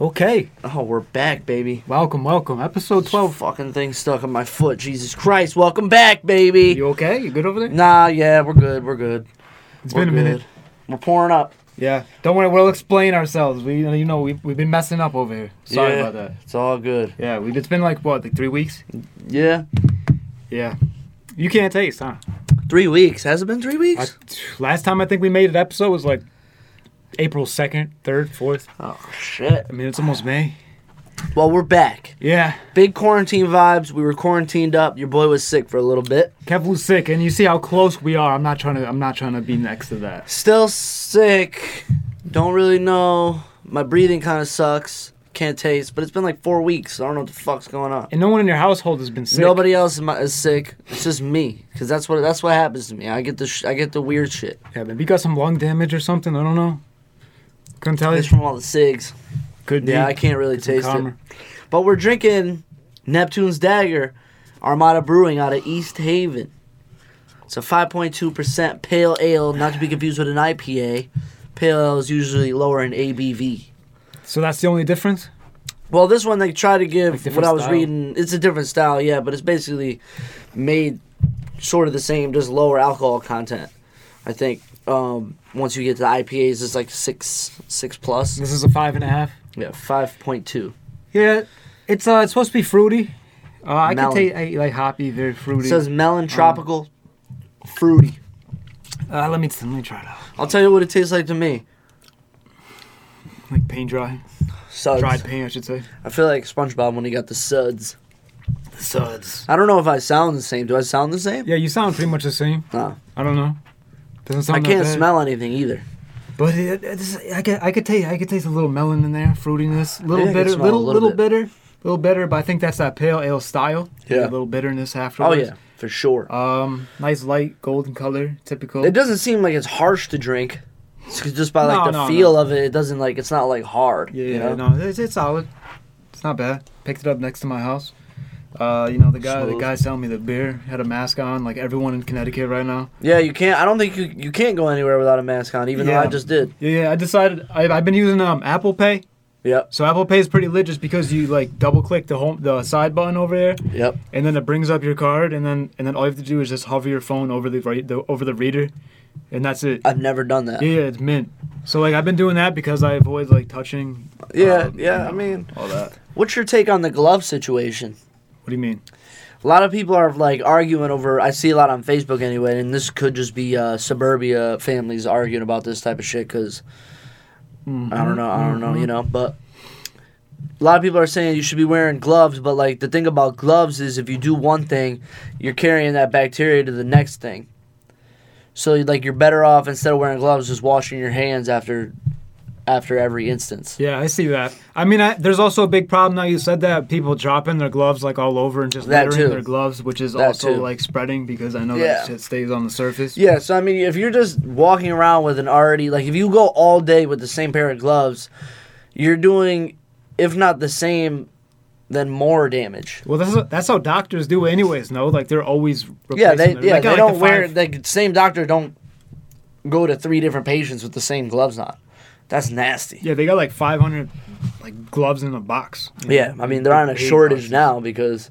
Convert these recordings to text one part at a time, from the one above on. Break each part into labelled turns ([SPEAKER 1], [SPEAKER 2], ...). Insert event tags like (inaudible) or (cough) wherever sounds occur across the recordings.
[SPEAKER 1] Okay,
[SPEAKER 2] Oh, we're back, baby.
[SPEAKER 1] welcome, welcome. Episode 12.
[SPEAKER 2] Twelve fucking things stuck in my foot. Jesus Christ! Welcome back, baby.
[SPEAKER 1] You okay? You good over there?
[SPEAKER 2] Nah, yeah, we're good. We're good.
[SPEAKER 1] It's
[SPEAKER 2] We're
[SPEAKER 1] been a
[SPEAKER 2] good.
[SPEAKER 1] minute.
[SPEAKER 2] We're pouring up.
[SPEAKER 1] Yeah. Don't worry, we'll explain ourselves. We, you know, we've, we've been messing up over here. Sorry
[SPEAKER 2] Yeah,
[SPEAKER 1] about that.
[SPEAKER 2] It's all good.
[SPEAKER 1] Yeah, we it's been like, what, like three weeks?
[SPEAKER 2] Yeah,
[SPEAKER 1] Yeah. You can't taste, huh?
[SPEAKER 2] three weeks. Has it been three
[SPEAKER 1] I,
[SPEAKER 2] weeks?
[SPEAKER 1] last time I think we made an episode was like April 2nd, 3rd, 4th.
[SPEAKER 2] oh shit.
[SPEAKER 1] I mean, it's almost May.
[SPEAKER 2] Well, we're back.
[SPEAKER 1] Yeah.
[SPEAKER 2] Big quarantine vibes. We were quarantined up. Your boy was sick for a little bit.
[SPEAKER 1] Kev was sick, and you see how close we are. I'm not trying to. I'm not trying to be next to that.
[SPEAKER 2] Still sick. Don't really know. My breathing kind of sucks. Can't taste. But it's been like four weeks. I don't know what the fuck's going on.
[SPEAKER 1] And no one in your household has been sick.
[SPEAKER 2] Nobody else is, my, is sick. It's just me, cause that's what that's what happens to me. I get the sh- I get the weird shit.
[SPEAKER 1] Yeah, maybe you got some lung damage or something. I don't know. Couldn't tell you.
[SPEAKER 2] It's from all the cigs.
[SPEAKER 1] Could be.
[SPEAKER 2] Yeah, I can't really
[SPEAKER 1] Get some
[SPEAKER 2] taste it.
[SPEAKER 1] calmer.
[SPEAKER 2] But we're drinking Neptune's Dagger, Armada Brewing out of East Haven. It's a 5.2% pale ale, not to be confused with an IPA. Pale ale is usually lower in ABV.
[SPEAKER 1] So that's the only difference.
[SPEAKER 2] Well, this one they try to give
[SPEAKER 1] Like different
[SPEAKER 2] what I was
[SPEAKER 1] style.
[SPEAKER 2] reading. It's a different style, yeah, but it's basically made sort of the same, just lower alcohol content. I think um, once you get to the IPAs, it's like six, six plus.
[SPEAKER 1] This is a five and a half.
[SPEAKER 2] Yeah, five point two.
[SPEAKER 1] Yeah, it's uh, it's supposed to be fruity. Uh, I
[SPEAKER 2] Melon.
[SPEAKER 1] could taste I, like hoppy, very
[SPEAKER 2] It
[SPEAKER 1] fruity. Um,
[SPEAKER 2] says melon, tropical, fruity.
[SPEAKER 1] uh, let me let me try it out.
[SPEAKER 2] I'll tell you what it tastes like to me.
[SPEAKER 1] Like pain dry,
[SPEAKER 2] Suds.
[SPEAKER 1] dried pain, I should say.
[SPEAKER 2] I feel like SpongeBob when he got the suds.
[SPEAKER 1] Suds.
[SPEAKER 2] I don't know if I sound the same. Do I sound the same?
[SPEAKER 1] Yeah, you sound pretty much the same.
[SPEAKER 2] No.
[SPEAKER 1] I don't know. Doesn't
[SPEAKER 2] I
[SPEAKER 1] sound. that
[SPEAKER 2] can't
[SPEAKER 1] bad.
[SPEAKER 2] smell anything either.
[SPEAKER 1] But it, it's, I could I could taste I could taste a little melon in there, fruitiness,
[SPEAKER 2] I
[SPEAKER 1] little
[SPEAKER 2] can
[SPEAKER 1] bitter,
[SPEAKER 2] smell a
[SPEAKER 1] little
[SPEAKER 2] little
[SPEAKER 1] little
[SPEAKER 2] bit.
[SPEAKER 1] bitter, little bitter. But I think that's that pale ale style.
[SPEAKER 2] Yeah.
[SPEAKER 1] a little bitterness
[SPEAKER 2] Oh
[SPEAKER 1] afterwards.
[SPEAKER 2] yeah, for sure.
[SPEAKER 1] Um, nice light golden color, typical.
[SPEAKER 2] It doesn't seem like it's harsh to drink. It's just by like
[SPEAKER 1] No,
[SPEAKER 2] the
[SPEAKER 1] no,
[SPEAKER 2] feel of it, it doesn't like it's not like hard.
[SPEAKER 1] yeah,
[SPEAKER 2] you
[SPEAKER 1] yeah,
[SPEAKER 2] know?
[SPEAKER 1] no, it's, it's solid. It's not bad. Picked it up next to my house. Uh, you know the guy, the
[SPEAKER 2] Smooth.
[SPEAKER 1] guy selling me the beer had a mask on, like everyone in Connecticut right now.
[SPEAKER 2] Yeah, you can't. I don't think you you can't go anywhere without a mask on. Even though I
[SPEAKER 1] Yeah.
[SPEAKER 2] just did.
[SPEAKER 1] Yeah, yeah. I decided I, I've been using um Apple Pay.
[SPEAKER 2] Yep,
[SPEAKER 1] So Apple Pay is pretty legit just because you like double click the home the side button over there.
[SPEAKER 2] yep.
[SPEAKER 1] and then it brings up your card, and then and then all you have to do is just hover your phone over the right the, over the reader, and that's it.
[SPEAKER 2] I've never done that.
[SPEAKER 1] Yeah, yeah, it's mint. So like I've been doing that because I avoid like touching.
[SPEAKER 2] Yeah,
[SPEAKER 1] um,
[SPEAKER 2] yeah.
[SPEAKER 1] you
[SPEAKER 2] I
[SPEAKER 1] know,
[SPEAKER 2] mean,
[SPEAKER 1] all that.
[SPEAKER 2] what's your take on the glove situation?
[SPEAKER 1] What do you mean?
[SPEAKER 2] A lot of people are like arguing over. I see a lot on Facebook anyway, and this could just be uh, suburbia families arguing about this type of shit. Cause I don't know, I don't know, you know. But a lot of people are saying you should be wearing gloves. But like the thing about gloves is, if you do one thing, you're carrying that bacteria to the next thing. So like you're better off instead of wearing gloves, just washing your hands after after every instance.
[SPEAKER 1] Yeah, I see that. I mean, I, there's also a big problem now. You said that people dropping their gloves like all over and just
[SPEAKER 2] That
[SPEAKER 1] littering
[SPEAKER 2] too.
[SPEAKER 1] their gloves, which is
[SPEAKER 2] That
[SPEAKER 1] also
[SPEAKER 2] too.
[SPEAKER 1] like spreading because I know
[SPEAKER 2] Yeah.
[SPEAKER 1] that shit stays on the surface.
[SPEAKER 2] Yeah, so I mean, if you're just walking around with an already, like, if you go all day with the same pair of gloves, you're doing, if not the same, then more damage.
[SPEAKER 1] Well, that's that's how doctors do, anyways. No, like they're always replacing
[SPEAKER 2] Yeah, they
[SPEAKER 1] their-
[SPEAKER 2] yeah
[SPEAKER 1] like,
[SPEAKER 2] they
[SPEAKER 1] like the
[SPEAKER 2] don't wear
[SPEAKER 1] five-
[SPEAKER 2] like same doctor don't go to three different patients with the same gloves on. That's nasty. Yeah,
[SPEAKER 1] Yeah, they got like 500 like gloves in a box. you know?
[SPEAKER 2] I mean they're on a
[SPEAKER 1] Big
[SPEAKER 2] shortage
[SPEAKER 1] boxes.
[SPEAKER 2] now because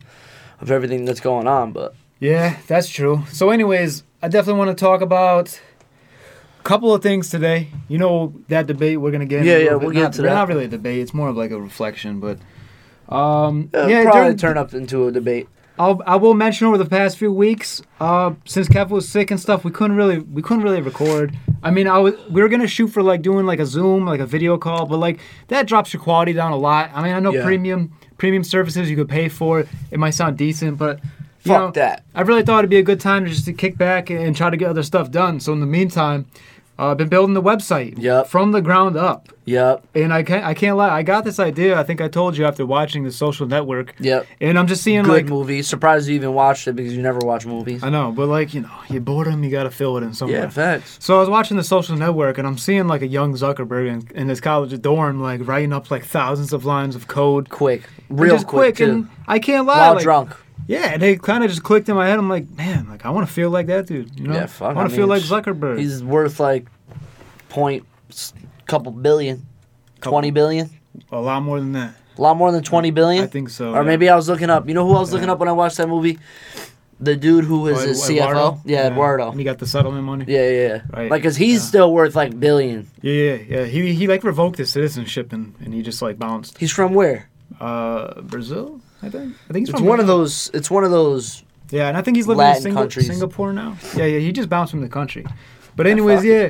[SPEAKER 2] of everything that's going on. But
[SPEAKER 1] Yeah, that's true. So, anyways, I definitely want to talk about a couple of things today. You know that debate we're gonna get. in a
[SPEAKER 2] Yeah,
[SPEAKER 1] little
[SPEAKER 2] yeah,
[SPEAKER 1] bit.
[SPEAKER 2] we'll get
[SPEAKER 1] Not-
[SPEAKER 2] to that.
[SPEAKER 1] Not really a debate. It's more of like a reflection, but um,
[SPEAKER 2] uh,
[SPEAKER 1] yeah,
[SPEAKER 2] probably
[SPEAKER 1] during-
[SPEAKER 2] turn up into a debate.
[SPEAKER 1] I'll, I will mention over the past few weeks, uh, since Kev was sick and stuff, we couldn't really we couldn't really record. I mean, I was we were gonna shoot for like doing like a Zoom, like a video call, but like that drops your quality down a lot. I mean, I know
[SPEAKER 2] Yeah.
[SPEAKER 1] premium premium services you could pay for. It might sound decent, but you
[SPEAKER 2] Fuck
[SPEAKER 1] know,
[SPEAKER 2] that.
[SPEAKER 1] I really thought it'd be a good time to just to kick back and try to get other stuff done. So in the meantime, uh, I've been building the website
[SPEAKER 2] Yep.
[SPEAKER 1] from the ground up.
[SPEAKER 2] Yep.
[SPEAKER 1] And I can't, I can't lie. I got this idea. I think I told you after watching the Social Network.
[SPEAKER 2] Yep.
[SPEAKER 1] And I'm just seeing
[SPEAKER 2] Good
[SPEAKER 1] like
[SPEAKER 2] movie. Surprised you even watched it because you never watch movies.
[SPEAKER 1] I know, but like you know, you boredom, you gotta fill it in somewhere.
[SPEAKER 2] Yeah, facts.
[SPEAKER 1] so I was watching the social network, and I'm seeing like a young Zuckerberg in, in his college dorm, like writing up like thousands of lines of code,
[SPEAKER 2] Quick,
[SPEAKER 1] And
[SPEAKER 2] real
[SPEAKER 1] just
[SPEAKER 2] quick, too.
[SPEAKER 1] and I can't lie,
[SPEAKER 2] while
[SPEAKER 1] like,
[SPEAKER 2] drunk.
[SPEAKER 1] yeah, and it kind of just clicked in my head. I'm like, man, like I want to feel like that dude, you know?
[SPEAKER 2] Yeah, fuck,
[SPEAKER 1] I want
[SPEAKER 2] I
[SPEAKER 1] to feel
[SPEAKER 2] mean,
[SPEAKER 1] like
[SPEAKER 2] sh-
[SPEAKER 1] Zuckerberg.
[SPEAKER 2] He's worth like point s- couple billion, twenty billion.
[SPEAKER 1] A lot more than that.
[SPEAKER 2] A lot more than 20 billion?
[SPEAKER 1] I think so.
[SPEAKER 2] or
[SPEAKER 1] yeah.
[SPEAKER 2] maybe I was looking up. You know who I was looking up when I watched that movie? The dude who
[SPEAKER 1] Oh,
[SPEAKER 2] is his
[SPEAKER 1] Ed- Eduardo?
[SPEAKER 2] CFO. Yeah, Eduardo.
[SPEAKER 1] And he got the settlement money.
[SPEAKER 2] Yeah, yeah, yeah.
[SPEAKER 1] Right,
[SPEAKER 2] Like, cause he's
[SPEAKER 1] yeah.
[SPEAKER 2] still worth like billion.
[SPEAKER 1] Yeah, yeah, yeah. He he like revoked his citizenship and, and he just like bounced.
[SPEAKER 2] He's from where?
[SPEAKER 1] Uh, Brazil, I think. I think he's
[SPEAKER 2] It's
[SPEAKER 1] from
[SPEAKER 2] one of
[SPEAKER 1] Brazil.
[SPEAKER 2] those. It's one of those.
[SPEAKER 1] Yeah, and I think he's living
[SPEAKER 2] Latin
[SPEAKER 1] in Singa-
[SPEAKER 2] countries.
[SPEAKER 1] Singapore now. Yeah, yeah. He just bounced from the country. But anyways, yeah,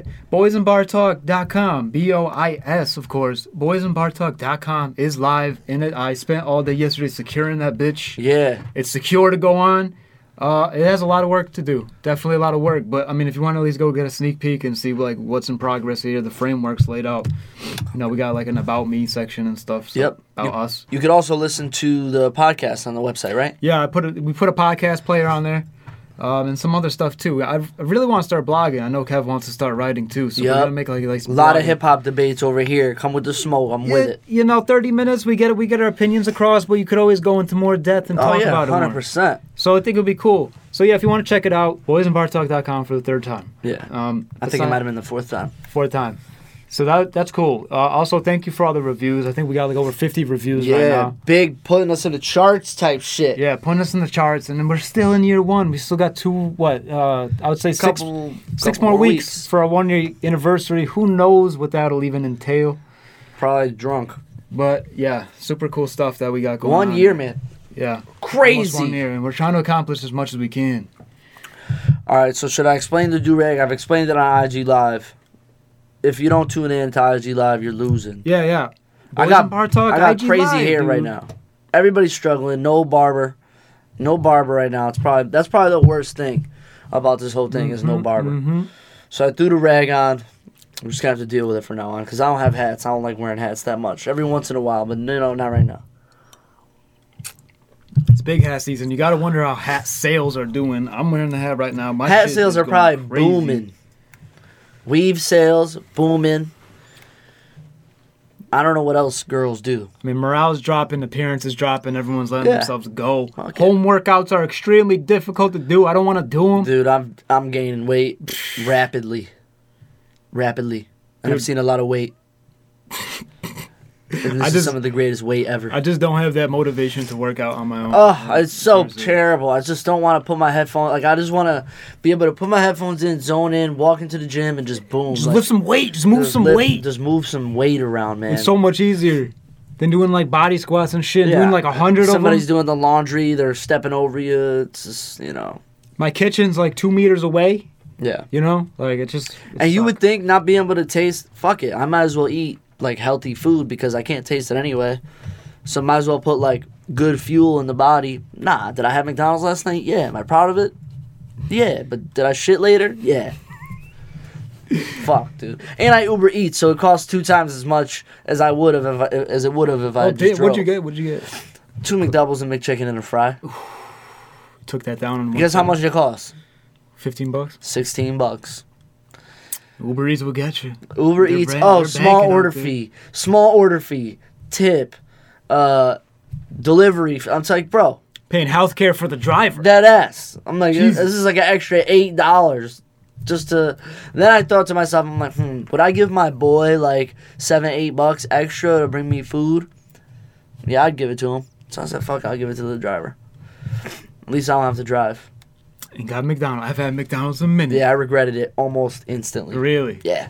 [SPEAKER 1] boysandbartalk.com, B-O-I-S, of course. Boysandbartalk.com is live in it. I spent all day yesterday securing that bitch.
[SPEAKER 2] Yeah,
[SPEAKER 1] It's secure to go on. Uh, it has a lot of work to do. Definitely a lot of work. But I mean, if you want to at least go get a sneak peek and see like what's in progress here, the framework's laid out. You know, we got like an about me section and stuff. So
[SPEAKER 2] Yep.
[SPEAKER 1] About us.
[SPEAKER 2] you could also listen to the podcast on the website, right?
[SPEAKER 1] Yeah, I put a, we put a podcast player on there, um, and some other stuff too. I, I really want to start blogging. I know Kev wants to start writing too. So
[SPEAKER 2] Yep.
[SPEAKER 1] we're gonna make like like
[SPEAKER 2] A lot of hip hop debates over here. Come with the smoke. I'm with it.
[SPEAKER 1] You know, thirty minutes we get we get our opinions across, but you could always go into more depth and
[SPEAKER 2] Oh
[SPEAKER 1] talk
[SPEAKER 2] yeah,
[SPEAKER 1] about it.
[SPEAKER 2] hundred
[SPEAKER 1] more.
[SPEAKER 2] percent.
[SPEAKER 1] So I think it'll be cool. So yeah, if you want to check it out, boysandbartalk.com for the third time.
[SPEAKER 2] Yeah,
[SPEAKER 1] Um,
[SPEAKER 2] I think it might have been the fourth time.
[SPEAKER 1] been fourth time. So that that's cool. Uh, also, thank you for all the reviews. I think we got like over 50 reviews right
[SPEAKER 2] Yeah,
[SPEAKER 1] now.
[SPEAKER 2] big putting us in the charts type shit.
[SPEAKER 1] Yeah, putting us in the charts, and then we're still in year one. We still got two, what? Uh, I would say six,
[SPEAKER 2] couple,
[SPEAKER 1] six
[SPEAKER 2] couple
[SPEAKER 1] more weeks. for our one year anniversary. Who knows what that'll even entail?
[SPEAKER 2] Probably drunk.
[SPEAKER 1] But yeah, super cool stuff that we got going.
[SPEAKER 2] One
[SPEAKER 1] on.
[SPEAKER 2] year, man.
[SPEAKER 1] yeah, almost one
[SPEAKER 2] Crazy.
[SPEAKER 1] year, and we're trying to accomplish as much as we can.
[SPEAKER 2] All right, so should I explain the do rag? I've explained it on IG Live. If you don't tune in to IG Live, you're losing.
[SPEAKER 1] Yeah, yeah.
[SPEAKER 2] I
[SPEAKER 1] Boys
[SPEAKER 2] got-
[SPEAKER 1] and Bar Talk,
[SPEAKER 2] I got
[SPEAKER 1] IG
[SPEAKER 2] crazy
[SPEAKER 1] Live,
[SPEAKER 2] hair right
[SPEAKER 1] dude.
[SPEAKER 2] now. Everybody's struggling. No barber, no barber right now. It's probably that's probably the worst thing about this whole thing is no barber.
[SPEAKER 1] hmm
[SPEAKER 2] So I threw the rag on. I'm just gonna have to deal with it from now on because I don't have hats. I don't like wearing hats that much. Every once in a while, but no, no, not right now.
[SPEAKER 1] It's big hat season. You gotta wonder how hat sales are doing. I'm wearing the hat right now. My
[SPEAKER 2] Hat
[SPEAKER 1] shit
[SPEAKER 2] sales
[SPEAKER 1] is
[SPEAKER 2] are
[SPEAKER 1] going
[SPEAKER 2] probably
[SPEAKER 1] crazy.
[SPEAKER 2] booming. Weave sales booming. I don't know what else girls do.
[SPEAKER 1] I mean, morale's dropping, appearances dropping, everyone's letting
[SPEAKER 2] Yeah.
[SPEAKER 1] themselves go.
[SPEAKER 2] Okay.
[SPEAKER 1] Home workouts are extremely difficult to do. I don't want to do them.
[SPEAKER 2] Dude, I'm I'm gaining weight rapidly, rapidly, and I've
[SPEAKER 1] Dude.
[SPEAKER 2] seen a lot
[SPEAKER 1] (laughs)
[SPEAKER 2] of weight. And this
[SPEAKER 1] I
[SPEAKER 2] is
[SPEAKER 1] just-
[SPEAKER 2] some of the greatest weight ever.
[SPEAKER 1] I just don't have that motivation to work out on my own.
[SPEAKER 2] oh, it's so
[SPEAKER 1] Seriously.
[SPEAKER 2] terrible. I just don't want to put my headphones. Like I just want to be able to put my headphones in, zone in, walk into the gym, and just boom.
[SPEAKER 1] Just
[SPEAKER 2] like,
[SPEAKER 1] lift some weight. Just move
[SPEAKER 2] just
[SPEAKER 1] some
[SPEAKER 2] lift-
[SPEAKER 1] weight.
[SPEAKER 2] Just move some weight around, man.
[SPEAKER 1] It's so much easier than doing like body squats and shit. Doing like a hundred of them.
[SPEAKER 2] Somebody's doing the laundry. They're stepping over you. It's just you know.
[SPEAKER 1] My kitchen's like two meters away.
[SPEAKER 2] Yeah.
[SPEAKER 1] You know, like it just.
[SPEAKER 2] And you would think not being able to taste, fuck it, I might as well eat like healthy food because I can't taste it anyway. So might as well put like good fuel in the body. Nah, did I have McDonald's last night? Yeah. Am I proud of it? Yeah. But did I shit later? Yeah. fuck, dude. And I Uber Eats, so it costs two times as much as I would have if I, as it would have if I
[SPEAKER 1] Oh,
[SPEAKER 2] had just
[SPEAKER 1] did, what'd you
[SPEAKER 2] drove.
[SPEAKER 1] get? What'd you get?
[SPEAKER 2] Two McDoubles and McChicken and a fry.
[SPEAKER 1] Took that down. in one
[SPEAKER 2] Guess how
[SPEAKER 1] second.
[SPEAKER 2] much it costs?
[SPEAKER 1] Fifteen bucks.
[SPEAKER 2] Sixteen bucks.
[SPEAKER 1] Uber Eats will get you.
[SPEAKER 2] Uber
[SPEAKER 1] They're
[SPEAKER 2] Eats.
[SPEAKER 1] brand-
[SPEAKER 2] oh,
[SPEAKER 1] they're
[SPEAKER 2] small
[SPEAKER 1] banking
[SPEAKER 2] order
[SPEAKER 1] out there.
[SPEAKER 2] fee. Small order fee. Tip. Uh, delivery. Fee. I'm like, bro,
[SPEAKER 1] Paying healthcare for the driver.
[SPEAKER 2] that ass. I'm like,
[SPEAKER 1] Jesus.
[SPEAKER 2] this is like an extra eight dollars just to. Then I thought to myself, I'm like, hmm, would I give my boy like seven, eight bucks extra to bring me food? Yeah, I'd give it to him. So I said, fuck, I'll give it to the driver. At least I don't have to drive.
[SPEAKER 1] and got McDonald's. I've had McDonald's a minute.
[SPEAKER 2] Yeah, I regretted it almost instantly.
[SPEAKER 1] Really.
[SPEAKER 2] Yeah.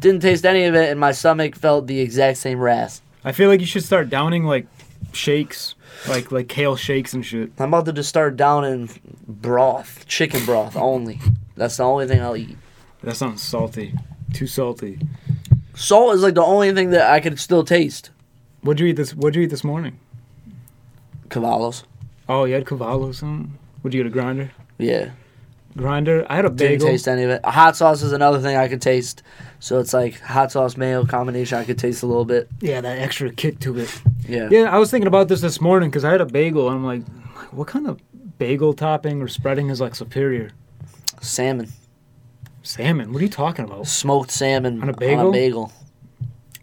[SPEAKER 2] Didn't taste any of it, and my stomach felt the exact same ras.
[SPEAKER 1] I feel like you should start downing like shakes, like like kale shakes and shit.
[SPEAKER 2] I'm about to just start down in broth, chicken broth only. That's the only thing I'll eat.
[SPEAKER 1] That sounds salty. Too salty.
[SPEAKER 2] Salt is like the only thing that I can still taste.
[SPEAKER 1] What'd you eat this? What'd you eat this morning?
[SPEAKER 2] Cavallos.
[SPEAKER 1] Oh, you had Cavallo something. Would you get a grinder?
[SPEAKER 2] Yeah.
[SPEAKER 1] Grinder. I had a
[SPEAKER 2] Didn't
[SPEAKER 1] bagel.
[SPEAKER 2] taste any of it. Hot sauce is another thing I could taste. So it's like hot sauce mayo combination I could taste a little bit.
[SPEAKER 1] yeah, that extra kick to it.
[SPEAKER 2] Yeah.
[SPEAKER 1] Yeah, I was thinking about this this morning because I had a bagel and I'm like, what kind of bagel topping or spreading is like superior?
[SPEAKER 2] Salmon.
[SPEAKER 1] Salmon. What are you talking about?
[SPEAKER 2] Smoked salmon
[SPEAKER 1] On a bagel?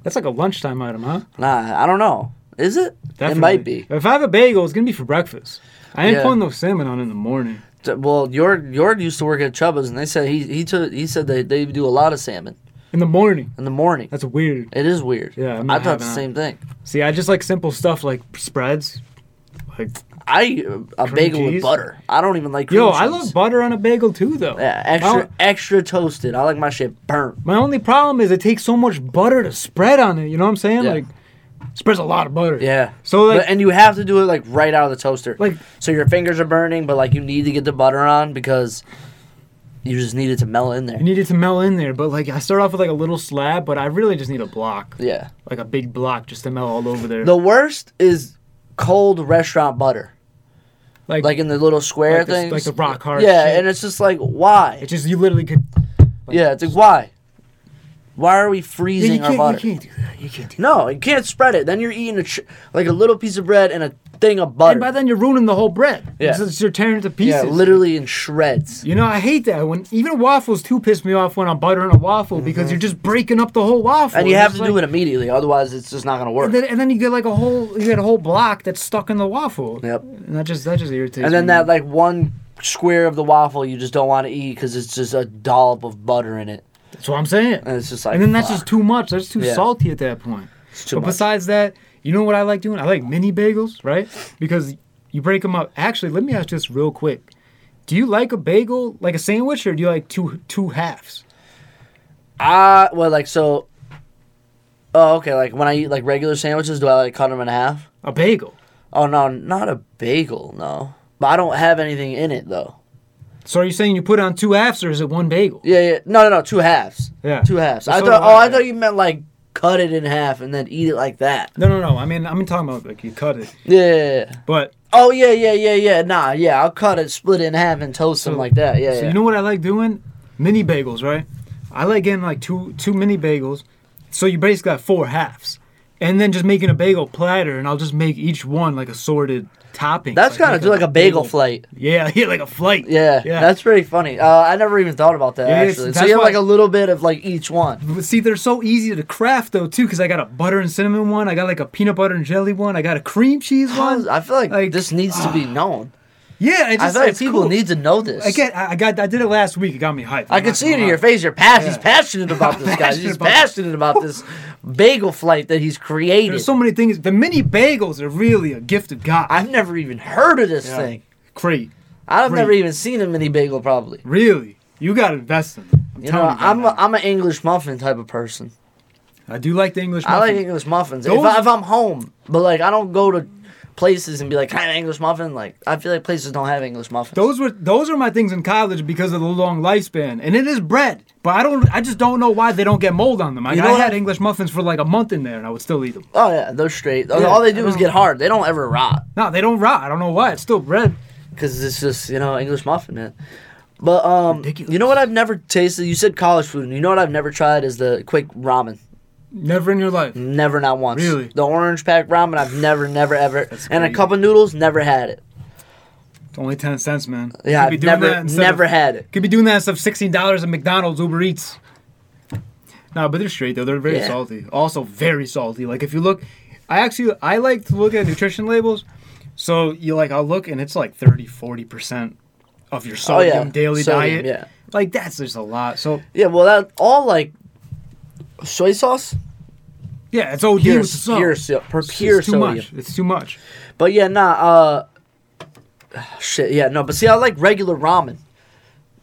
[SPEAKER 1] That's like a lunchtime item, huh?
[SPEAKER 2] Nah, I don't know. Is it? It might be.
[SPEAKER 1] If I have a bagel, it's gonna be for breakfast. I ain't
[SPEAKER 2] Yeah.
[SPEAKER 1] putting no salmon on in the morning.
[SPEAKER 2] D- Well, Yord, Yord used to work at Chubba's and they said he he took he said they, they do a lot of salmon
[SPEAKER 1] In the morning.
[SPEAKER 2] in the morning.
[SPEAKER 1] That's weird.
[SPEAKER 2] It is weird.
[SPEAKER 1] Yeah, I'm
[SPEAKER 2] I
[SPEAKER 1] not
[SPEAKER 2] thought the
[SPEAKER 1] having that.
[SPEAKER 2] same thing.
[SPEAKER 1] See, I just like simple stuff like spreads. Like,
[SPEAKER 2] I a
[SPEAKER 1] Cream
[SPEAKER 2] bagel with
[SPEAKER 1] cheese?
[SPEAKER 2] butter. I don't even like cream
[SPEAKER 1] yo,
[SPEAKER 2] cheese.
[SPEAKER 1] I love butter on a bagel too, though.
[SPEAKER 2] yeah,
[SPEAKER 1] My,
[SPEAKER 2] extra
[SPEAKER 1] o-
[SPEAKER 2] extra toasted. I like my shit burnt.
[SPEAKER 1] my only problem is it takes so much butter to spread on it. You know what I'm saying?
[SPEAKER 2] Yeah.
[SPEAKER 1] Like, spreads a lot of butter.
[SPEAKER 2] Yeah.
[SPEAKER 1] So like,
[SPEAKER 2] but, and you have to do it like right out of the toaster.
[SPEAKER 1] Like-
[SPEAKER 2] so your fingers are burning, but like you need to get the butter on because you just need it to melt in there.
[SPEAKER 1] I needed to melt in there, but like I start off with like a little slab, but I really just need a block,
[SPEAKER 2] yeah.
[SPEAKER 1] like a big block, just to melt all over there.
[SPEAKER 2] The worst is cold restaurant butter,
[SPEAKER 1] like,
[SPEAKER 2] like in the little square
[SPEAKER 1] Like the-
[SPEAKER 2] things,
[SPEAKER 1] like the rock hard
[SPEAKER 2] Yeah,
[SPEAKER 1] shit.
[SPEAKER 2] and it's just like why?
[SPEAKER 1] it just you literally could.
[SPEAKER 2] yeah, it's like why? Why are we
[SPEAKER 1] Yeah, you,
[SPEAKER 2] freezing our
[SPEAKER 1] can't,
[SPEAKER 2] butter?
[SPEAKER 1] you can't do that. You can't do.
[SPEAKER 2] No, you can't spread it. Then you're eating a ch- like a little piece of bread and a thing of
[SPEAKER 1] That.
[SPEAKER 2] butter.
[SPEAKER 1] And by then you're ruining the whole bread.
[SPEAKER 2] Yeah.
[SPEAKER 1] It's just- you're tearing it to
[SPEAKER 2] yeah,
[SPEAKER 1] pieces.
[SPEAKER 2] literally in shreds.
[SPEAKER 1] You know, I hate that when even waffles too piss me off when I'm buttering a waffle because you're just breaking up the whole waffle.
[SPEAKER 2] Mm-hmm. And you
[SPEAKER 1] It's
[SPEAKER 2] have to
[SPEAKER 1] just
[SPEAKER 2] do
[SPEAKER 1] like-
[SPEAKER 2] it immediately, otherwise it's just not gonna work.
[SPEAKER 1] And then, and then you get like a whole you get a whole block that's stuck in the waffle.
[SPEAKER 2] Yep.
[SPEAKER 1] And that just that just irritates.
[SPEAKER 2] And then
[SPEAKER 1] me.
[SPEAKER 2] that like one square of the waffle you just don't want to eat because it's just a dollop of butter in it,
[SPEAKER 1] that's what I'm saying.
[SPEAKER 2] and it's just like.
[SPEAKER 1] and then that's
[SPEAKER 2] fuck,
[SPEAKER 1] just too much. That's too
[SPEAKER 2] Yeah.
[SPEAKER 1] salty at that point.
[SPEAKER 2] it's too
[SPEAKER 1] but
[SPEAKER 2] much.
[SPEAKER 1] besides that, you know what I like doing? I like mini bagels, right? Because you break them up. Actually, let me ask this real quick. Do you like a bagel like a sandwich, or do you like two two halves?
[SPEAKER 2] Ah, well, like so. Oh, okay. Like when I eat like regular sandwiches, do I like cut them in half?
[SPEAKER 1] A bagel.
[SPEAKER 2] Oh no, not a bagel, no. But I don't have anything in it though.
[SPEAKER 1] So are you saying you put on two halves, or is it one bagel?
[SPEAKER 2] Yeah, yeah. No, no, no. Two halves.
[SPEAKER 1] Yeah.
[SPEAKER 2] Two halves. I
[SPEAKER 1] So
[SPEAKER 2] thought.
[SPEAKER 1] do
[SPEAKER 2] Oh,
[SPEAKER 1] I.
[SPEAKER 2] I thought you meant like cut it in half and then eat it like that.
[SPEAKER 1] No, no, no. I mean, I'm talking about like you cut it,
[SPEAKER 2] Yeah. yeah, yeah.
[SPEAKER 1] but
[SPEAKER 2] Oh yeah, yeah, yeah, yeah. Nah, yeah. I'll cut it, split it in half, and toast them
[SPEAKER 1] So-
[SPEAKER 2] like that. Yeah.
[SPEAKER 1] So
[SPEAKER 2] yeah.
[SPEAKER 1] you know what I like doing? Mini bagels, right? I like getting like two two mini bagels. So you basically got four halves. And then just making a bagel platter and I'll just make each one like assorted toppings.
[SPEAKER 2] That's kind of do like a bagel flight.
[SPEAKER 1] Yeah, (laughs) yeah, like a flight.
[SPEAKER 2] Yeah,
[SPEAKER 1] Yeah.
[SPEAKER 2] that's pretty funny. Uh, I never even thought about that
[SPEAKER 1] Yeah, it's-
[SPEAKER 2] actually. So
[SPEAKER 1] that's
[SPEAKER 2] you have
[SPEAKER 1] why-
[SPEAKER 2] like a little bit of like each one.
[SPEAKER 1] But See, they're so easy to craft though too, because I got a butter and cinnamon one, I got like a peanut butter and jelly one, I got a cream cheese one.
[SPEAKER 2] I feel like,
[SPEAKER 1] Like,
[SPEAKER 2] this needs to be known.
[SPEAKER 1] Yeah, it just,
[SPEAKER 2] I feel like
[SPEAKER 1] it's
[SPEAKER 2] people
[SPEAKER 1] cool.
[SPEAKER 2] need to know this.
[SPEAKER 1] I get, I I got, I did it last week. It got me hyped.
[SPEAKER 2] I
[SPEAKER 1] I'm
[SPEAKER 2] can
[SPEAKER 1] not
[SPEAKER 2] see it
[SPEAKER 1] gonna
[SPEAKER 2] in your
[SPEAKER 1] lie.
[SPEAKER 2] face. You're pass. He's
[SPEAKER 1] Yeah.
[SPEAKER 2] passionate
[SPEAKER 1] (laughs)
[SPEAKER 2] about this guy.
[SPEAKER 1] Passionate
[SPEAKER 2] He's
[SPEAKER 1] about-
[SPEAKER 2] passionate about this bagel flight that he's created.
[SPEAKER 1] There's so many things. The mini bagels are really a gift of God.
[SPEAKER 2] I've never even heard of this
[SPEAKER 1] Yeah.
[SPEAKER 2] thing.
[SPEAKER 1] Great.
[SPEAKER 2] I've
[SPEAKER 1] Great.
[SPEAKER 2] never even seen a mini bagel. Probably.
[SPEAKER 1] Really? You got to invest in them. I'm
[SPEAKER 2] You know,
[SPEAKER 1] telling you.
[SPEAKER 2] I'm
[SPEAKER 1] right
[SPEAKER 2] a,
[SPEAKER 1] now.
[SPEAKER 2] I'm an English muffin type of person.
[SPEAKER 1] I do like the English
[SPEAKER 2] I like
[SPEAKER 1] muffin.
[SPEAKER 2] English muffins. If,
[SPEAKER 1] Those-
[SPEAKER 2] I, if I'm home, but like I don't go to places and be like, "Can I have an English muffin?" Like I feel like places don't have English muffins.
[SPEAKER 1] those were those are my things in college because of the long lifespan, and it is bread. But I don't, I just don't know why they don't get mold on them. I,
[SPEAKER 2] You know
[SPEAKER 1] I had
[SPEAKER 2] what?
[SPEAKER 1] English muffins for like a month in there, and I would still eat them.
[SPEAKER 2] oh yeah, they're straight.
[SPEAKER 1] Yeah,
[SPEAKER 2] All they
[SPEAKER 1] I
[SPEAKER 2] do is
[SPEAKER 1] don't-
[SPEAKER 2] get hard. They don't ever rot
[SPEAKER 1] No, they don't rot. I don't know why. It's still bread.
[SPEAKER 2] because it's just you know English muffin, man. But um,
[SPEAKER 1] Ridiculous.
[SPEAKER 2] you know what I've never tasted? You said college food, and you know what I've never tried is the quick ramen.
[SPEAKER 1] Never in your life.
[SPEAKER 2] Never, not once.
[SPEAKER 1] Really?
[SPEAKER 2] The orange pack ramen, I've never, never, ever.
[SPEAKER 1] That's
[SPEAKER 2] and a
[SPEAKER 1] crazy.
[SPEAKER 2] cup of noodles, never had it.
[SPEAKER 1] It's only ten cents, man. Could
[SPEAKER 2] Yeah,
[SPEAKER 1] be
[SPEAKER 2] I've
[SPEAKER 1] doing
[SPEAKER 2] never,
[SPEAKER 1] that instead
[SPEAKER 2] never
[SPEAKER 1] Of,
[SPEAKER 2] had it.
[SPEAKER 1] could be doing that instead of sixteen dollars at McDonald's Uber Eats. No, but they're straight though. They're very
[SPEAKER 2] Yeah.
[SPEAKER 1] salty. Also very salty. Like if you look, I actually I like to look at nutrition labels. So you like I'll look and it's like 30, 40 percent of your
[SPEAKER 2] Oh
[SPEAKER 1] sodium
[SPEAKER 2] yeah,
[SPEAKER 1] daily
[SPEAKER 2] Sodium,
[SPEAKER 1] diet.
[SPEAKER 2] Yeah.
[SPEAKER 1] Like that's just a lot. So
[SPEAKER 2] Yeah, well, that all like soy sauce,
[SPEAKER 1] yeah, it's OD
[SPEAKER 2] pure,
[SPEAKER 1] with the salt.
[SPEAKER 2] pure, so- per- pure
[SPEAKER 1] it's too
[SPEAKER 2] sodium.
[SPEAKER 1] much. It's too much.
[SPEAKER 2] But yeah, nah. Uh, (sighs) shit, yeah, no. But see, I like regular ramen.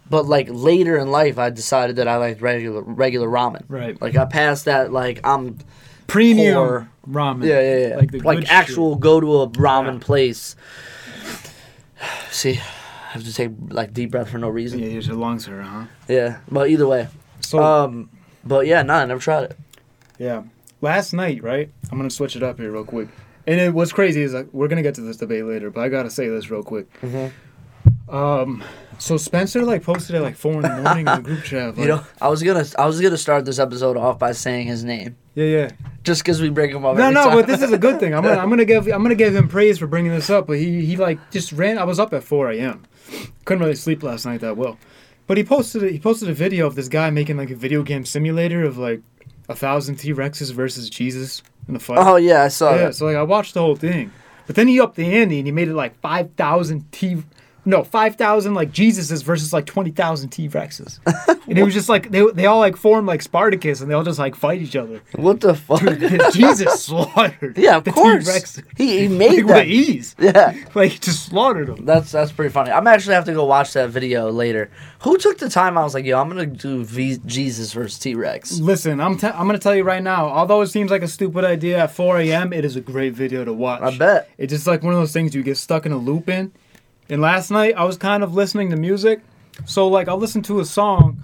[SPEAKER 2] But like later in life, I decided that I liked regular regular ramen.
[SPEAKER 1] Right.
[SPEAKER 2] Like I passed that. Like I'm.
[SPEAKER 1] Premium
[SPEAKER 2] Poor-
[SPEAKER 1] ramen.
[SPEAKER 2] Yeah, yeah, yeah.
[SPEAKER 1] Like
[SPEAKER 2] Like,
[SPEAKER 1] the good shit.
[SPEAKER 2] actual go to a ramen
[SPEAKER 1] Yeah.
[SPEAKER 2] place. (sighs) See, I have to take like deep breath for no reason.
[SPEAKER 1] Yeah, Oh.
[SPEAKER 2] Yeah.
[SPEAKER 1] here's your lungs here, huh?
[SPEAKER 2] But either way,
[SPEAKER 1] So
[SPEAKER 2] um, but yeah, nah, I never tried it.
[SPEAKER 1] Yeah. Last night, right? I'm gonna switch it up here real quick. And it, what's crazy is like, we're gonna get to this debate later, but I gotta say this real quick.
[SPEAKER 2] Mhm.
[SPEAKER 1] Um, so Spencer like posted at like four in the morning in the group
[SPEAKER 2] (laughs)
[SPEAKER 1] chat. Like,
[SPEAKER 2] You know, I was gonna, I was gonna start this episode off by saying his name,
[SPEAKER 1] Yeah,
[SPEAKER 2] (laughs)
[SPEAKER 1] yeah.
[SPEAKER 2] just because we break him up.
[SPEAKER 1] No,
[SPEAKER 2] every
[SPEAKER 1] no,
[SPEAKER 2] time.
[SPEAKER 1] but this is a good thing. I'm gonna, I'm gonna give, I'm gonna give him praise for bringing this up. But he, he like just ran. I was up at 4 a.m. Couldn't really sleep last night that well. But he posted, a, he posted a video of this guy making like a video game simulator of like a thousand T Rexes versus Jesus in a fight.
[SPEAKER 2] (laughs) Oh yeah, I saw
[SPEAKER 1] yeah,
[SPEAKER 2] that.
[SPEAKER 1] so like I watched the whole thing, but then he upped the ante and he made it like five thousand T no, 5,000 like Jesuses versus like 20,000 T
[SPEAKER 2] (laughs)
[SPEAKER 1] Rexes. and it was just like, they, they all like form like Spartacus and they all just like fight each
[SPEAKER 2] (laughs)
[SPEAKER 1] other. (laughs)
[SPEAKER 2] What the fuck?
[SPEAKER 1] Jesus slaughtered.
[SPEAKER 2] (laughs) yeah, of
[SPEAKER 1] the
[SPEAKER 2] course.
[SPEAKER 1] T-Rex. (laughs)
[SPEAKER 2] He, he
[SPEAKER 1] Like,
[SPEAKER 2] made
[SPEAKER 1] with
[SPEAKER 2] that.
[SPEAKER 1] ease.
[SPEAKER 2] (laughs) Yeah.
[SPEAKER 1] (laughs) Like, he just slaughtered them.
[SPEAKER 2] That's that's pretty funny. I'm actually have to go watch that video later. Who took the time? I was like, yo, I'm gonna do v- Jesus versus T Rex.
[SPEAKER 1] Listen, I'm, te- I'm going to tell you right now, although it seems like a stupid idea at 4 a.m., it is a great video to watch.
[SPEAKER 2] I bet.
[SPEAKER 1] It's just like one of those things you get stuck in a loop in. And last night I was kind of listening to music, so like I'll listen to a song,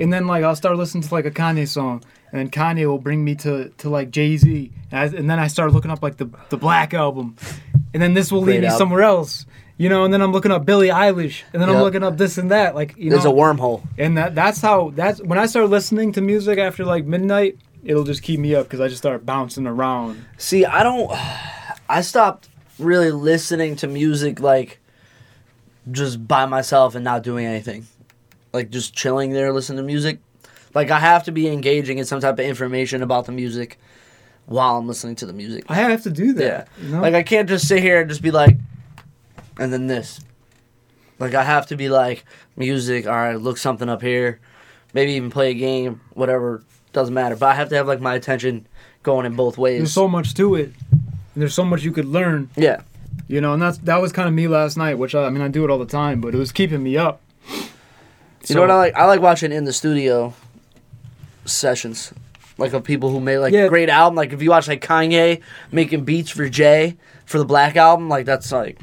[SPEAKER 1] and then like I'll start listening to like a Kanye song, and then Kanye will bring me to to like Jay Z, and, I- and then I start looking up like the the Black album, and then this will
[SPEAKER 2] Great
[SPEAKER 1] lead me
[SPEAKER 2] album.
[SPEAKER 1] somewhere else. You know, and then I'm looking up Billie Eilish, and then I'm
[SPEAKER 2] Yep.
[SPEAKER 1] looking up this and that, like you
[SPEAKER 2] There's a
[SPEAKER 1] know,
[SPEAKER 2] wormhole.
[SPEAKER 1] and that that's how that's when I start listening to music after like midnight, it'll just keep me up because I just start bouncing around.
[SPEAKER 2] See, I don't. (sighs) I stopped really listening to music like just by myself and not doing anything, like just chilling there listening to music. Like I have to be engaging in some type of information about the music while I'm listening to the music.
[SPEAKER 1] I have to do
[SPEAKER 2] Yeah.
[SPEAKER 1] that. you know?
[SPEAKER 2] Like I can't just sit here and just be like, and then this. Like I have to be like music. All right, look something up here. Maybe even play a game. Whatever doesn't matter. But I have to have like my attention going in both
[SPEAKER 1] there's
[SPEAKER 2] ways.
[SPEAKER 1] so much to it and there's so much you could learn
[SPEAKER 2] yeah.
[SPEAKER 1] you know and that's that was kind of me last night which I, I mean i do it all the time but it was keeping me up
[SPEAKER 2] You know what I like? I like watching in the studio sessions. Like of people who made like
[SPEAKER 1] Yeah.
[SPEAKER 2] great album. Like if you watch like Kanye making beats for Jay for the Black album, like that's like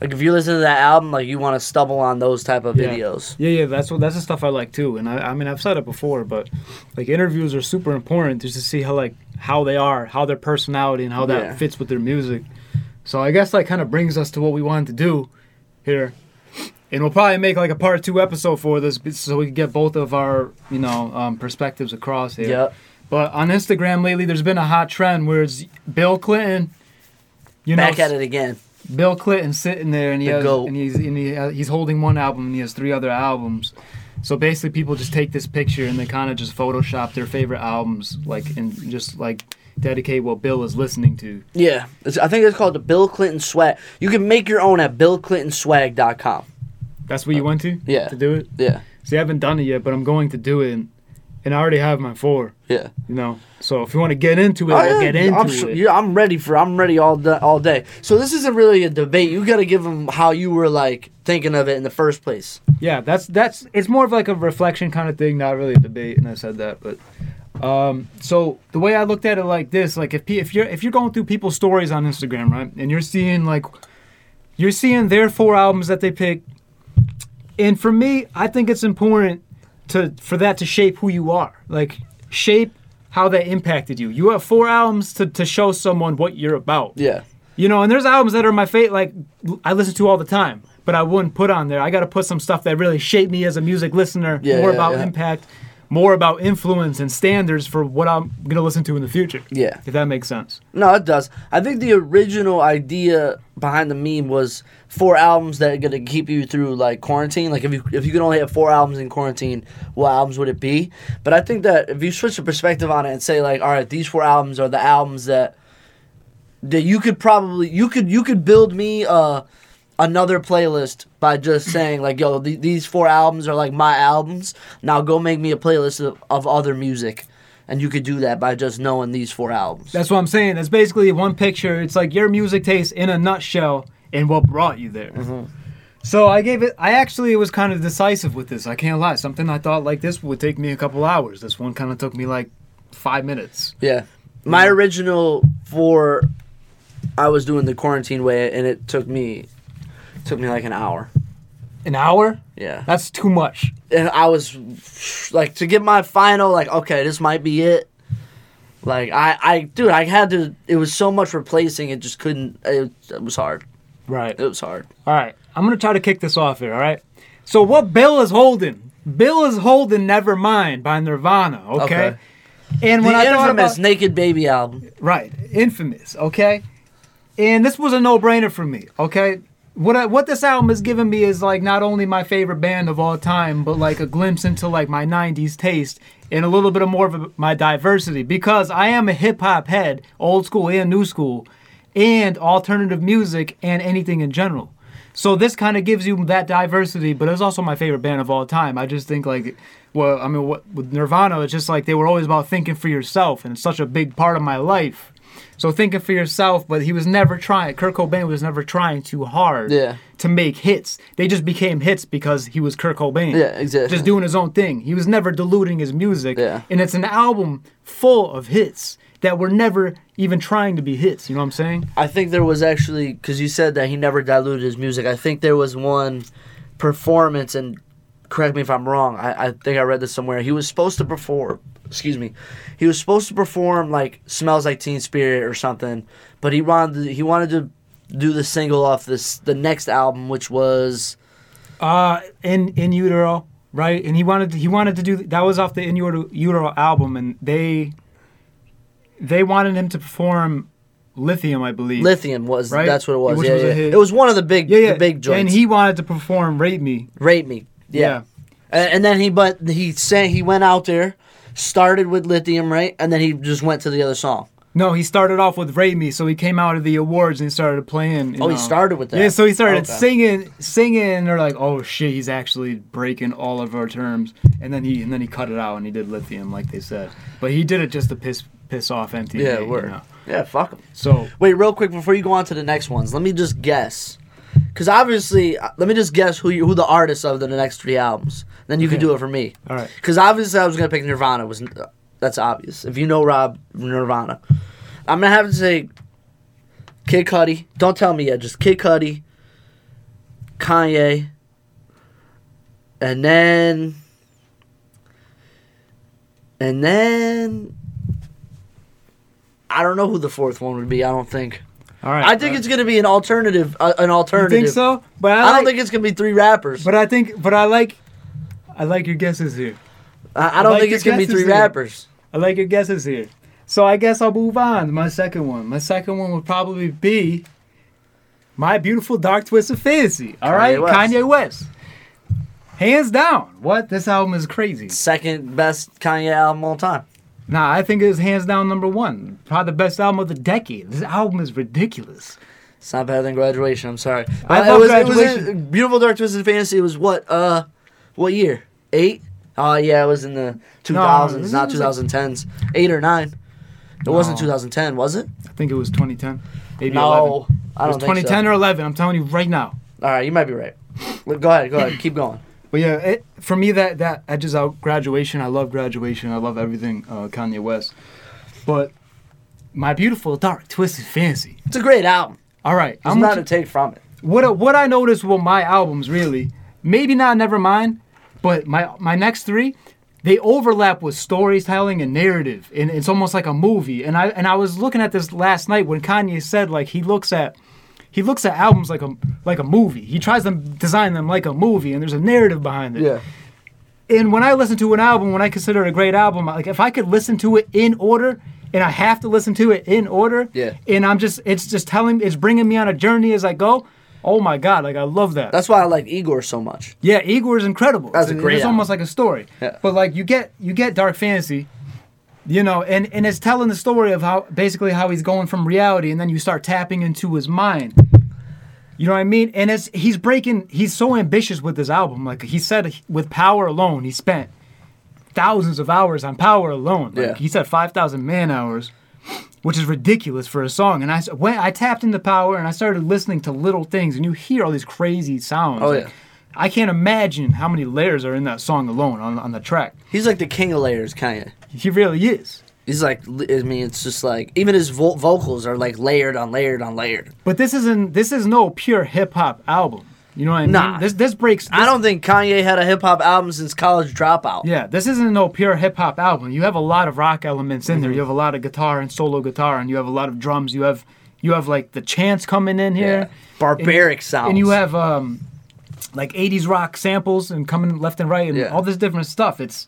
[SPEAKER 2] like if you listen to that album, like you want to stumble on those type of
[SPEAKER 1] Yeah.
[SPEAKER 2] videos.
[SPEAKER 1] yeah yeah that's what that's the stuff i like too and I, I mean i've said it before but like interviews are super important just to see how like how they are how their personality and how that
[SPEAKER 2] Yeah.
[SPEAKER 1] fits with their music so i guess that kind of brings us to what we wanted to do here and we'll probably make like a part two episode for this so we can get both of our you know um, perspectives across here
[SPEAKER 2] Yep.
[SPEAKER 1] But on Instagram lately, there's been a hot trend where it's Bill Clinton. You know,
[SPEAKER 2] Back at it again.
[SPEAKER 1] Bill Clinton sitting there and he
[SPEAKER 2] The
[SPEAKER 1] has,
[SPEAKER 2] goat.
[SPEAKER 1] and he's and he, ha- he's holding one album and he has three other albums. So basically, people just take this picture and they kind of just Photoshop their favorite albums, like and just like dedicate what Bill is listening to.
[SPEAKER 2] Yeah, it's, I think it's called the Bill Clinton Swag. You can make your own at BillClintonSwag.com.
[SPEAKER 1] That's what you went to,
[SPEAKER 2] Uh, yeah.
[SPEAKER 1] to do it.
[SPEAKER 2] Yeah,
[SPEAKER 1] See, I haven't done it yet, but I'm going to do it, and, and I already have my four.
[SPEAKER 2] yeah.
[SPEAKER 1] You know, so if you want to get into it, we'll get into
[SPEAKER 2] I'm,
[SPEAKER 1] it.
[SPEAKER 2] su- Oh, yeah, I'm ready for. I'm ready all da all day. So this isn't really a debate. You got to give them how you were like thinking of it in the first place.
[SPEAKER 1] Yeah, that's that's it's more of like a reflection kind of thing, not really a debate. And I said that, but um, so the way I looked at it like this, like if pe- if you're if you're going through people's stories on Instagram, right, and you're seeing like you're seeing their four albums that they pick, and for me, I think it's important to for that to shape who you are, like shape how that impacted you. You have four albums to to show someone what you're about.
[SPEAKER 2] Yeah,
[SPEAKER 1] You know, and there's albums that are my fate, like I listen to all the time, but I wouldn't put on there. I got to put some stuff that really shaped me as a music listener,
[SPEAKER 2] Yeah,
[SPEAKER 1] more
[SPEAKER 2] yeah,
[SPEAKER 1] about
[SPEAKER 2] yeah.
[SPEAKER 1] impact, more about influence and standards for what I'm gonna listen to in the future.
[SPEAKER 2] yeah.
[SPEAKER 1] If that makes sense.
[SPEAKER 2] No, it does. I think the original idea behind the meme was four albums that are gonna keep you through like quarantine. Like if you if you could only have four albums in quarantine, what albums would it be? But I think that if you switch the perspective on it and say like, all right, these four albums are the albums that that you could probably you could you could build me uh another playlist by just saying like yo th- these four albums are like my albums now go make me a playlist of, of other music and you could do that by just knowing these four albums
[SPEAKER 1] That's what I'm saying. That's basically one picture. It's like your music taste in a nutshell and what brought you there.
[SPEAKER 2] Mm-hmm.
[SPEAKER 1] So I gave it. I actually was kind of decisive with this. I can't lie. Something I thought like this would take me a couple hours. This one kind of took me like five minutes.
[SPEAKER 2] Yeah. My original for I was doing the quarantine way and it took me took me like an hour.
[SPEAKER 1] An hour?
[SPEAKER 2] Yeah.
[SPEAKER 1] That's too much.
[SPEAKER 2] And I was like to get my final like okay, this might be it. Like I I dude, I had to it was so much replacing it just couldn't it, it was hard.
[SPEAKER 1] Right.
[SPEAKER 2] It was hard.
[SPEAKER 1] All right, I'm gonna try to kick this off here. All right. So what Bill is holding? Bill is holding "Nevermind" by Nirvana. Okay.
[SPEAKER 2] Okay.
[SPEAKER 1] And
[SPEAKER 2] The
[SPEAKER 1] when I thought
[SPEAKER 2] infamous
[SPEAKER 1] about
[SPEAKER 2] Naked Baby album.
[SPEAKER 1] right, infamous. Okay. And this was a no-brainer for me. Okay. What I, what this album is giving me is like not only my favorite band of all time, but like a glimpse into like my '90s taste and a little bit of more of a- my diversity because I am a hip hop head, old school and new school, and alternative music and anything in general. So this kind of gives you that diversity, but it was also my favorite band of all time. I just think like, well, I mean, what, with Nirvana, it's just like they were always about thinking for yourself, and it's such a big part of my life. So thinking for yourself, but he was never trying. Kurt Cobain was never trying too hard
[SPEAKER 2] Yeah.
[SPEAKER 1] to make hits. They just became hits because he was Kurt Cobain.
[SPEAKER 2] Yeah, exactly.
[SPEAKER 1] Just doing his own thing. He was never diluting his music.
[SPEAKER 2] Yeah.
[SPEAKER 1] And it's an album full of hits that were never even trying to be hits. You know what I'm saying?
[SPEAKER 2] I think there was actually because you said that he never diluted his music. I think there was one performance, and correct me if I'm wrong. I, I think I read this somewhere. He was supposed to perform. Excuse me. He was supposed to perform like "Smells Like Teen Spirit" or something, but he wanted to, he wanted to do the single off this the next album, which was
[SPEAKER 1] Uh, in in utero, right? And he wanted to, he wanted to do that was off the in utero, utero album, and they they wanted him to perform Lithium, I believe.
[SPEAKER 2] "Lithium." Was
[SPEAKER 1] Right.
[SPEAKER 2] that's what it was?
[SPEAKER 1] Which
[SPEAKER 2] yeah,
[SPEAKER 1] was a
[SPEAKER 2] yeah.
[SPEAKER 1] hit.
[SPEAKER 2] It was one of the big
[SPEAKER 1] yeah, yeah.
[SPEAKER 2] the big joints.
[SPEAKER 1] And he wanted to perform Rape Me.
[SPEAKER 2] rape me. yeah. And, and then he, but he sang, he went out there, started with Lithium, right? And then he just went to the other song.
[SPEAKER 1] No, he started off with Rape Me, so he came out of the awards and he started playing. you
[SPEAKER 2] Oh, he
[SPEAKER 1] know.
[SPEAKER 2] started with that.
[SPEAKER 1] Yeah, so he started
[SPEAKER 2] Okay.
[SPEAKER 1] singing, singing, and they're like, "Oh shit, he's actually breaking all of our terms." And then he and then he cut it out and he did lithium, like they said. But he did it just to piss piss off MTV.
[SPEAKER 2] Yeah,
[SPEAKER 1] you
[SPEAKER 2] word.
[SPEAKER 1] know.
[SPEAKER 2] Yeah, fuck him.
[SPEAKER 1] So
[SPEAKER 2] Wait, real quick before you go on to the next ones, let me just guess, because obviously, uh, let me just guess who you, who the artists of the next three albums. Then you can
[SPEAKER 1] Okay.
[SPEAKER 2] do it for me.
[SPEAKER 1] all right,
[SPEAKER 2] Because obviously, I was gonna pick Nirvana. Was that's obvious? If you know Rob Nirvana, I'm gonna have to say Kid Cudi. Don't tell me yet. Just Kid Cudi, Kanye, and then and then I don't know who the fourth one would be. I don't think.
[SPEAKER 1] all right.
[SPEAKER 2] I think it's gonna be an alternative. Uh, an
[SPEAKER 1] You
[SPEAKER 2] alternative.
[SPEAKER 1] think so, but I,
[SPEAKER 2] I don't
[SPEAKER 1] like-
[SPEAKER 2] think it's gonna be three rappers.
[SPEAKER 1] But I think, but I like, I like your guesses here.
[SPEAKER 2] I, I don't
[SPEAKER 1] like
[SPEAKER 2] think
[SPEAKER 1] your
[SPEAKER 2] it's gonna be
[SPEAKER 1] guesses
[SPEAKER 2] three
[SPEAKER 1] there.
[SPEAKER 2] rappers.
[SPEAKER 1] I like your guesses here. So I guess I'll move on to my second one. My second one would probably be My Beautiful Dark Twisted Fantasy. All
[SPEAKER 2] Kanye
[SPEAKER 1] right,
[SPEAKER 2] West.
[SPEAKER 1] Kanye West. Hands down. What? This album is crazy.
[SPEAKER 2] second best Kanye album of all time.
[SPEAKER 1] Nah, I think it's hands down number one. Probably the best album of the decade. This album is ridiculous.
[SPEAKER 2] It's not better than graduation. I'm sorry.
[SPEAKER 1] I
[SPEAKER 2] Uh,
[SPEAKER 1] love
[SPEAKER 2] it was, it was
[SPEAKER 1] Graduation.
[SPEAKER 2] in- Beautiful Dark Twisted Fantasy was what? Uh, what year? Eight? Oh yeah, it was in the 2000s,
[SPEAKER 1] this
[SPEAKER 2] not
[SPEAKER 1] was like-
[SPEAKER 2] 2010s. Eight or nine? It wasn't
[SPEAKER 1] No.
[SPEAKER 2] 2010, was it?
[SPEAKER 1] I think it was 2010, maybe 11.
[SPEAKER 2] no, I
[SPEAKER 1] It
[SPEAKER 2] don't
[SPEAKER 1] was
[SPEAKER 2] think
[SPEAKER 1] 2010 or 11. I'm telling you right now.
[SPEAKER 2] so. All right, you might be right. Look, go ahead, go ahead, keep going.
[SPEAKER 1] But yeah, it, for me that that edges out graduation. I love graduation. I love everything uh, Kanye West. But my beautiful dark twisted fantasy.
[SPEAKER 2] It's a great album.
[SPEAKER 1] All right,
[SPEAKER 2] There's
[SPEAKER 1] I'm
[SPEAKER 2] not
[SPEAKER 1] not
[SPEAKER 2] to take from it.
[SPEAKER 1] what what I noticed with my albums really, maybe not Nevermind, but my my next three, they overlap with storytelling and narrative, and it's almost like a movie. And I and I was looking at this last night when Kanye said like he looks at he looks at albums like a like a movie. He tries to design them like a movie, and there's a narrative behind it and when I listen to an album, when I consider it a great album, like if I could listen to it in order, and I have to listen to it in order,
[SPEAKER 2] Yeah.
[SPEAKER 1] and I'm just, it's just telling, it's bringing me on a journey as I go. Oh my god, like I love that.
[SPEAKER 2] That's why I like Igor so much.
[SPEAKER 1] yeah, Igor is incredible.
[SPEAKER 2] That's a
[SPEAKER 1] It's-
[SPEAKER 2] great
[SPEAKER 1] It's
[SPEAKER 2] album.
[SPEAKER 1] almost like a story.
[SPEAKER 2] Yeah.
[SPEAKER 1] But like you get, you get dark fantasy, you know, and and it's telling the story of how basically how he's going from reality, and then you start tapping into his mind. You know what I mean? And it's he's breaking. He's so ambitious with this album. Like he said, with Power alone, he spent thousands of hours on Power alone. Like
[SPEAKER 2] Yeah.
[SPEAKER 1] he said, five thousand man hours, which is ridiculous for a song. And I s- when I tapped into Power and I started listening to little things, and you hear all these crazy sounds.
[SPEAKER 2] Oh,
[SPEAKER 1] Like,
[SPEAKER 2] yeah.
[SPEAKER 1] I can't imagine how many layers are in that song alone on on the track.
[SPEAKER 2] He's like the king of layers, Kanye.
[SPEAKER 1] He really is.
[SPEAKER 2] He's like, I mean, it's just like even his vo- vocals are like layered on layered on layered.
[SPEAKER 1] But this isn't. This is no pure hip hop album. You know what I mean?
[SPEAKER 2] Nah.
[SPEAKER 1] This this breaks.
[SPEAKER 2] I don't think Kanye had a hip hop album since College Dropout.
[SPEAKER 1] Yeah, this isn't no pure hip hop album. You have a lot of rock elements in there.
[SPEAKER 2] Mm-hmm.
[SPEAKER 1] You have a lot of guitar and solo guitar, and you have a lot of drums. You have you have like the chants coming in here,
[SPEAKER 2] Barbaric
[SPEAKER 1] and,
[SPEAKER 2] sounds.
[SPEAKER 1] and you have um like '80s rock samples and coming left and right, and
[SPEAKER 2] Yeah.
[SPEAKER 1] all this different stuff. It's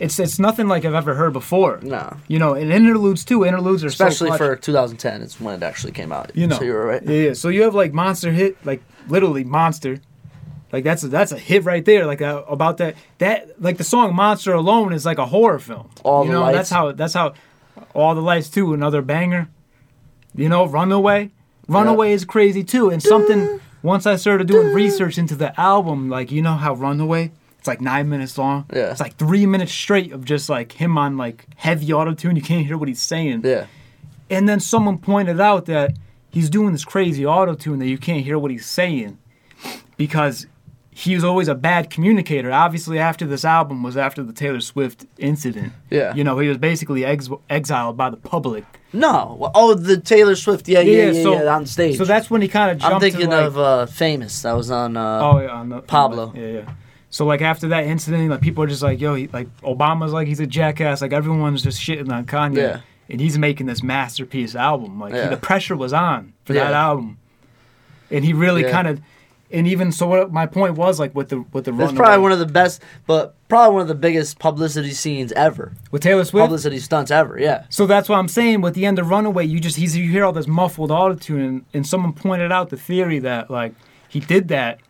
[SPEAKER 1] it's it's nothing like I've ever heard before.
[SPEAKER 2] No.
[SPEAKER 1] you know, and interludes too. Interludes are so
[SPEAKER 2] especially
[SPEAKER 1] clutch.
[SPEAKER 2] for 2010. It's when it actually came out.
[SPEAKER 1] you know.
[SPEAKER 2] so you were right.
[SPEAKER 1] Yeah, yeah. So you have like monster hit, like literally monster. Like that's a, that's a hit right there. Like uh, about that that like the song Monster alone is like a horror film.
[SPEAKER 2] All
[SPEAKER 1] you
[SPEAKER 2] the
[SPEAKER 1] know
[SPEAKER 2] Lights.
[SPEAKER 1] that's how that's how all the lights too another banger. You know Runaway, Runaway is crazy too, and something once I started doing research into the album, like you know how Runaway, it's like nine minutes long.
[SPEAKER 2] Yeah.
[SPEAKER 1] It's like three minutes straight of just like him on like heavy auto tune. You can't hear what he's saying.
[SPEAKER 2] Yeah.
[SPEAKER 1] And then someone pointed out that he's doing this crazy auto tune that you can't hear what he's saying because he was always a bad communicator. Obviously, after this album was after the Taylor Swift incident.
[SPEAKER 2] Yeah.
[SPEAKER 1] You know, he was basically ex- exiled by the public.
[SPEAKER 2] No. well, Oh, the Taylor Swift. Yeah, yeah, yeah, yeah,
[SPEAKER 1] so,
[SPEAKER 2] on stage.
[SPEAKER 1] So that's when he kind of jumped
[SPEAKER 2] I'm thinking
[SPEAKER 1] to like,
[SPEAKER 2] of uh, Famous. That was on. Uh,
[SPEAKER 1] Oh yeah, on the,
[SPEAKER 2] Pablo.
[SPEAKER 1] yeah, yeah. So like after that incident, like people are just like, yo, he, like Obama's like he's a jackass. Like everyone's just shitting on Kanye,
[SPEAKER 2] Yeah.
[SPEAKER 1] and he's making this masterpiece album. Like he-
[SPEAKER 2] Yeah.
[SPEAKER 1] the pressure was on for that
[SPEAKER 2] Yeah.
[SPEAKER 1] album, and he really
[SPEAKER 2] Yeah.
[SPEAKER 1] kind of, and even so, what my point was like with the with the
[SPEAKER 2] That's
[SPEAKER 1] runaway,
[SPEAKER 2] probably one of the best, but probably one of the biggest publicity scenes ever.
[SPEAKER 1] with Taylor Swift.
[SPEAKER 2] Publicity stunts ever. Yeah.
[SPEAKER 1] so that's what I'm saying. With the end of Runaway, you just he's you hear all this muffled autotune, and, and someone pointed out the theory that like he did that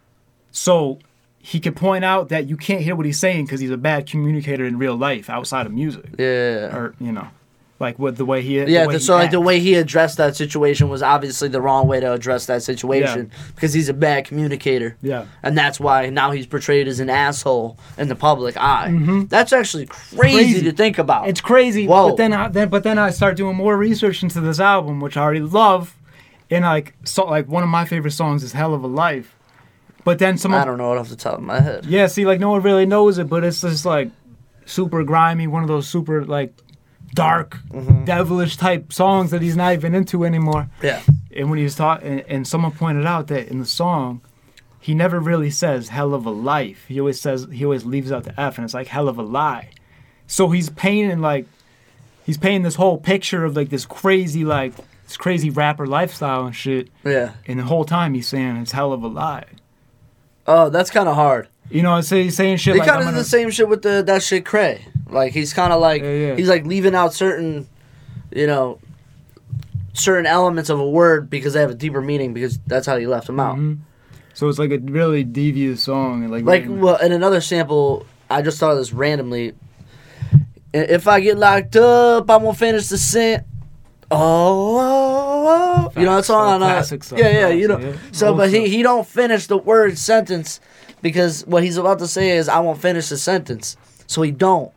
[SPEAKER 1] so he could point out that you can't hear what he's saying because he's a bad communicator in real life outside of music,
[SPEAKER 2] Yeah.
[SPEAKER 1] or you know, like with the way he
[SPEAKER 2] Yeah,
[SPEAKER 1] the way he
[SPEAKER 2] the, so like the
[SPEAKER 1] acts.
[SPEAKER 2] way he addressed that situation was obviously the wrong way to address that situation because he's a bad communicator.
[SPEAKER 1] Yeah.
[SPEAKER 2] And that's why now he's portrayed as an asshole in the public eye. That's actually crazy,
[SPEAKER 1] Mm-hmm. Crazy.
[SPEAKER 2] to think about.
[SPEAKER 1] It's crazy.
[SPEAKER 2] Whoa.
[SPEAKER 1] But then, I, then, but then I start doing more research into this album, which I already love, and like, so, like one of my favorite songs is "Hell of a Life," but then someone
[SPEAKER 2] I don't know it off the top of my head.
[SPEAKER 1] Yeah, see, like no one really knows it, but it's just like super grimy, one of those super like dark,
[SPEAKER 2] Mm-hmm.
[SPEAKER 1] devilish type songs that he's not even into anymore.
[SPEAKER 2] Yeah.
[SPEAKER 1] And when he was talking, and, and someone pointed out that in the song, he never really says "hell of a life." He always says he always leaves out the F, and it's like "hell of a lie." So he's painting like he's painting this whole picture of like this crazy like this crazy rapper lifestyle and shit.
[SPEAKER 2] Yeah.
[SPEAKER 1] And the whole time he's saying it's hell of a lie.
[SPEAKER 2] Oh, that's kind of hard.
[SPEAKER 1] You know, so he's saying shit
[SPEAKER 2] They
[SPEAKER 1] like
[SPEAKER 2] kind
[SPEAKER 1] I'm
[SPEAKER 2] of did
[SPEAKER 1] gonna-
[SPEAKER 2] the same shit with the that shit Cray. Like he's kind of like
[SPEAKER 1] Yeah, yeah.
[SPEAKER 2] he's like leaving out certain, you know, certain elements of a word because they have a deeper meaning because that's how he left them out.
[SPEAKER 1] Mhm. So it's like a really devious song, and like
[SPEAKER 2] Like
[SPEAKER 1] written-
[SPEAKER 2] well, in another sample, I just thought of this randomly. I- If I get locked up, I'm gonna finish the scent. Oh, oh, oh. you know that
[SPEAKER 1] Facts,
[SPEAKER 2] song
[SPEAKER 1] so
[SPEAKER 2] on uh,
[SPEAKER 1] classic stuff,
[SPEAKER 2] yeah, yeah, you know.
[SPEAKER 1] classic, yeah.
[SPEAKER 2] So,
[SPEAKER 1] Old
[SPEAKER 2] but he
[SPEAKER 1] stuff.
[SPEAKER 2] he don't finish the word sentence because what he's about to say is I won't finish the sentence. So he don't.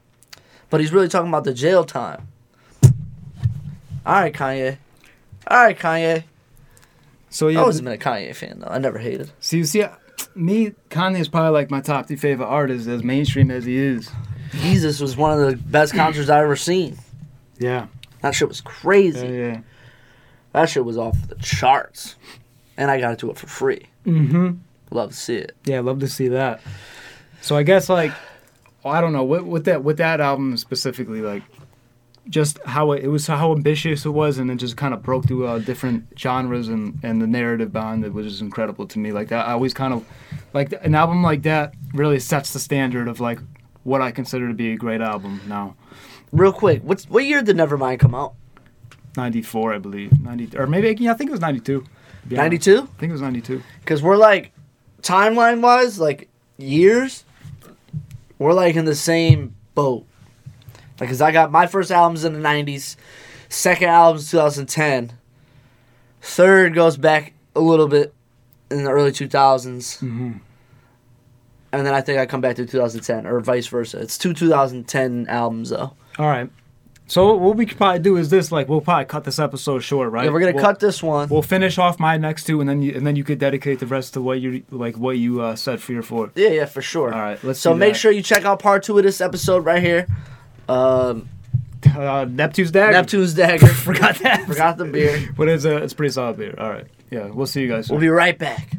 [SPEAKER 2] But he's really talking about the jail time. All right, Kanye. All right, Kanye.
[SPEAKER 1] so
[SPEAKER 2] I
[SPEAKER 1] yeah.
[SPEAKER 2] always
[SPEAKER 1] th-
[SPEAKER 2] been a Kanye fan though. I never hated.
[SPEAKER 1] See, see, I- me Kanye is probably like my top three favorite artist, as mainstream as he is.
[SPEAKER 2] Jesus was one of the best concerts I ever seen.
[SPEAKER 1] Yeah,
[SPEAKER 2] That shit was crazy.
[SPEAKER 1] yeah, yeah.
[SPEAKER 2] That shit was off the charts. And I got to do it for free.
[SPEAKER 1] Mm-hmm.
[SPEAKER 2] Love to see it.
[SPEAKER 1] Yeah, I love to see that. So I guess like, well, I don't know what with that with that album specifically, like, just how it, it was how ambitious it was, and it just kind of broke through uh, different genres and and the narrative behind it was just incredible to me. Like that, I always kind of like an album like that really sets the standard of like what I consider to be a great album now.
[SPEAKER 2] Real quick, what's what year did Nevermind come out?
[SPEAKER 1] 94, I believe. 90 or maybe yeah, I think it was 92. to be honest.
[SPEAKER 2] 92?
[SPEAKER 1] I think it was 92.
[SPEAKER 2] Because we're like, timeline wise, like years, we're like in the same boat. Like, cause I got my first albums in the 90s, second album's 2010, third goes back a little bit in the early 2000s.
[SPEAKER 1] Mhm.
[SPEAKER 2] And then I think I come back to 2010 or vice versa. It's two 2010 albums though.
[SPEAKER 1] All right. So what we could probably do is this like we'll probably cut this episode short, right?
[SPEAKER 2] Yeah, we're gonna
[SPEAKER 1] We'll-
[SPEAKER 2] cut this one.
[SPEAKER 1] We'll finish off my next two, and then you, and then you could dedicate the rest to what you like what you uh, said for your four.
[SPEAKER 2] yeah, yeah, for sure.
[SPEAKER 1] All right, let's
[SPEAKER 2] So
[SPEAKER 1] do
[SPEAKER 2] make
[SPEAKER 1] that.
[SPEAKER 2] sure you check out part two of this episode right here. Um,
[SPEAKER 1] Uh, Neptune's dagger.
[SPEAKER 2] Neptune's dagger.
[SPEAKER 1] Forgot that.
[SPEAKER 2] Forgot the beer.
[SPEAKER 1] uh, But it's a it's pretty solid beer. All right. Yeah, we'll see you guys. Soon.
[SPEAKER 2] We'll be right back.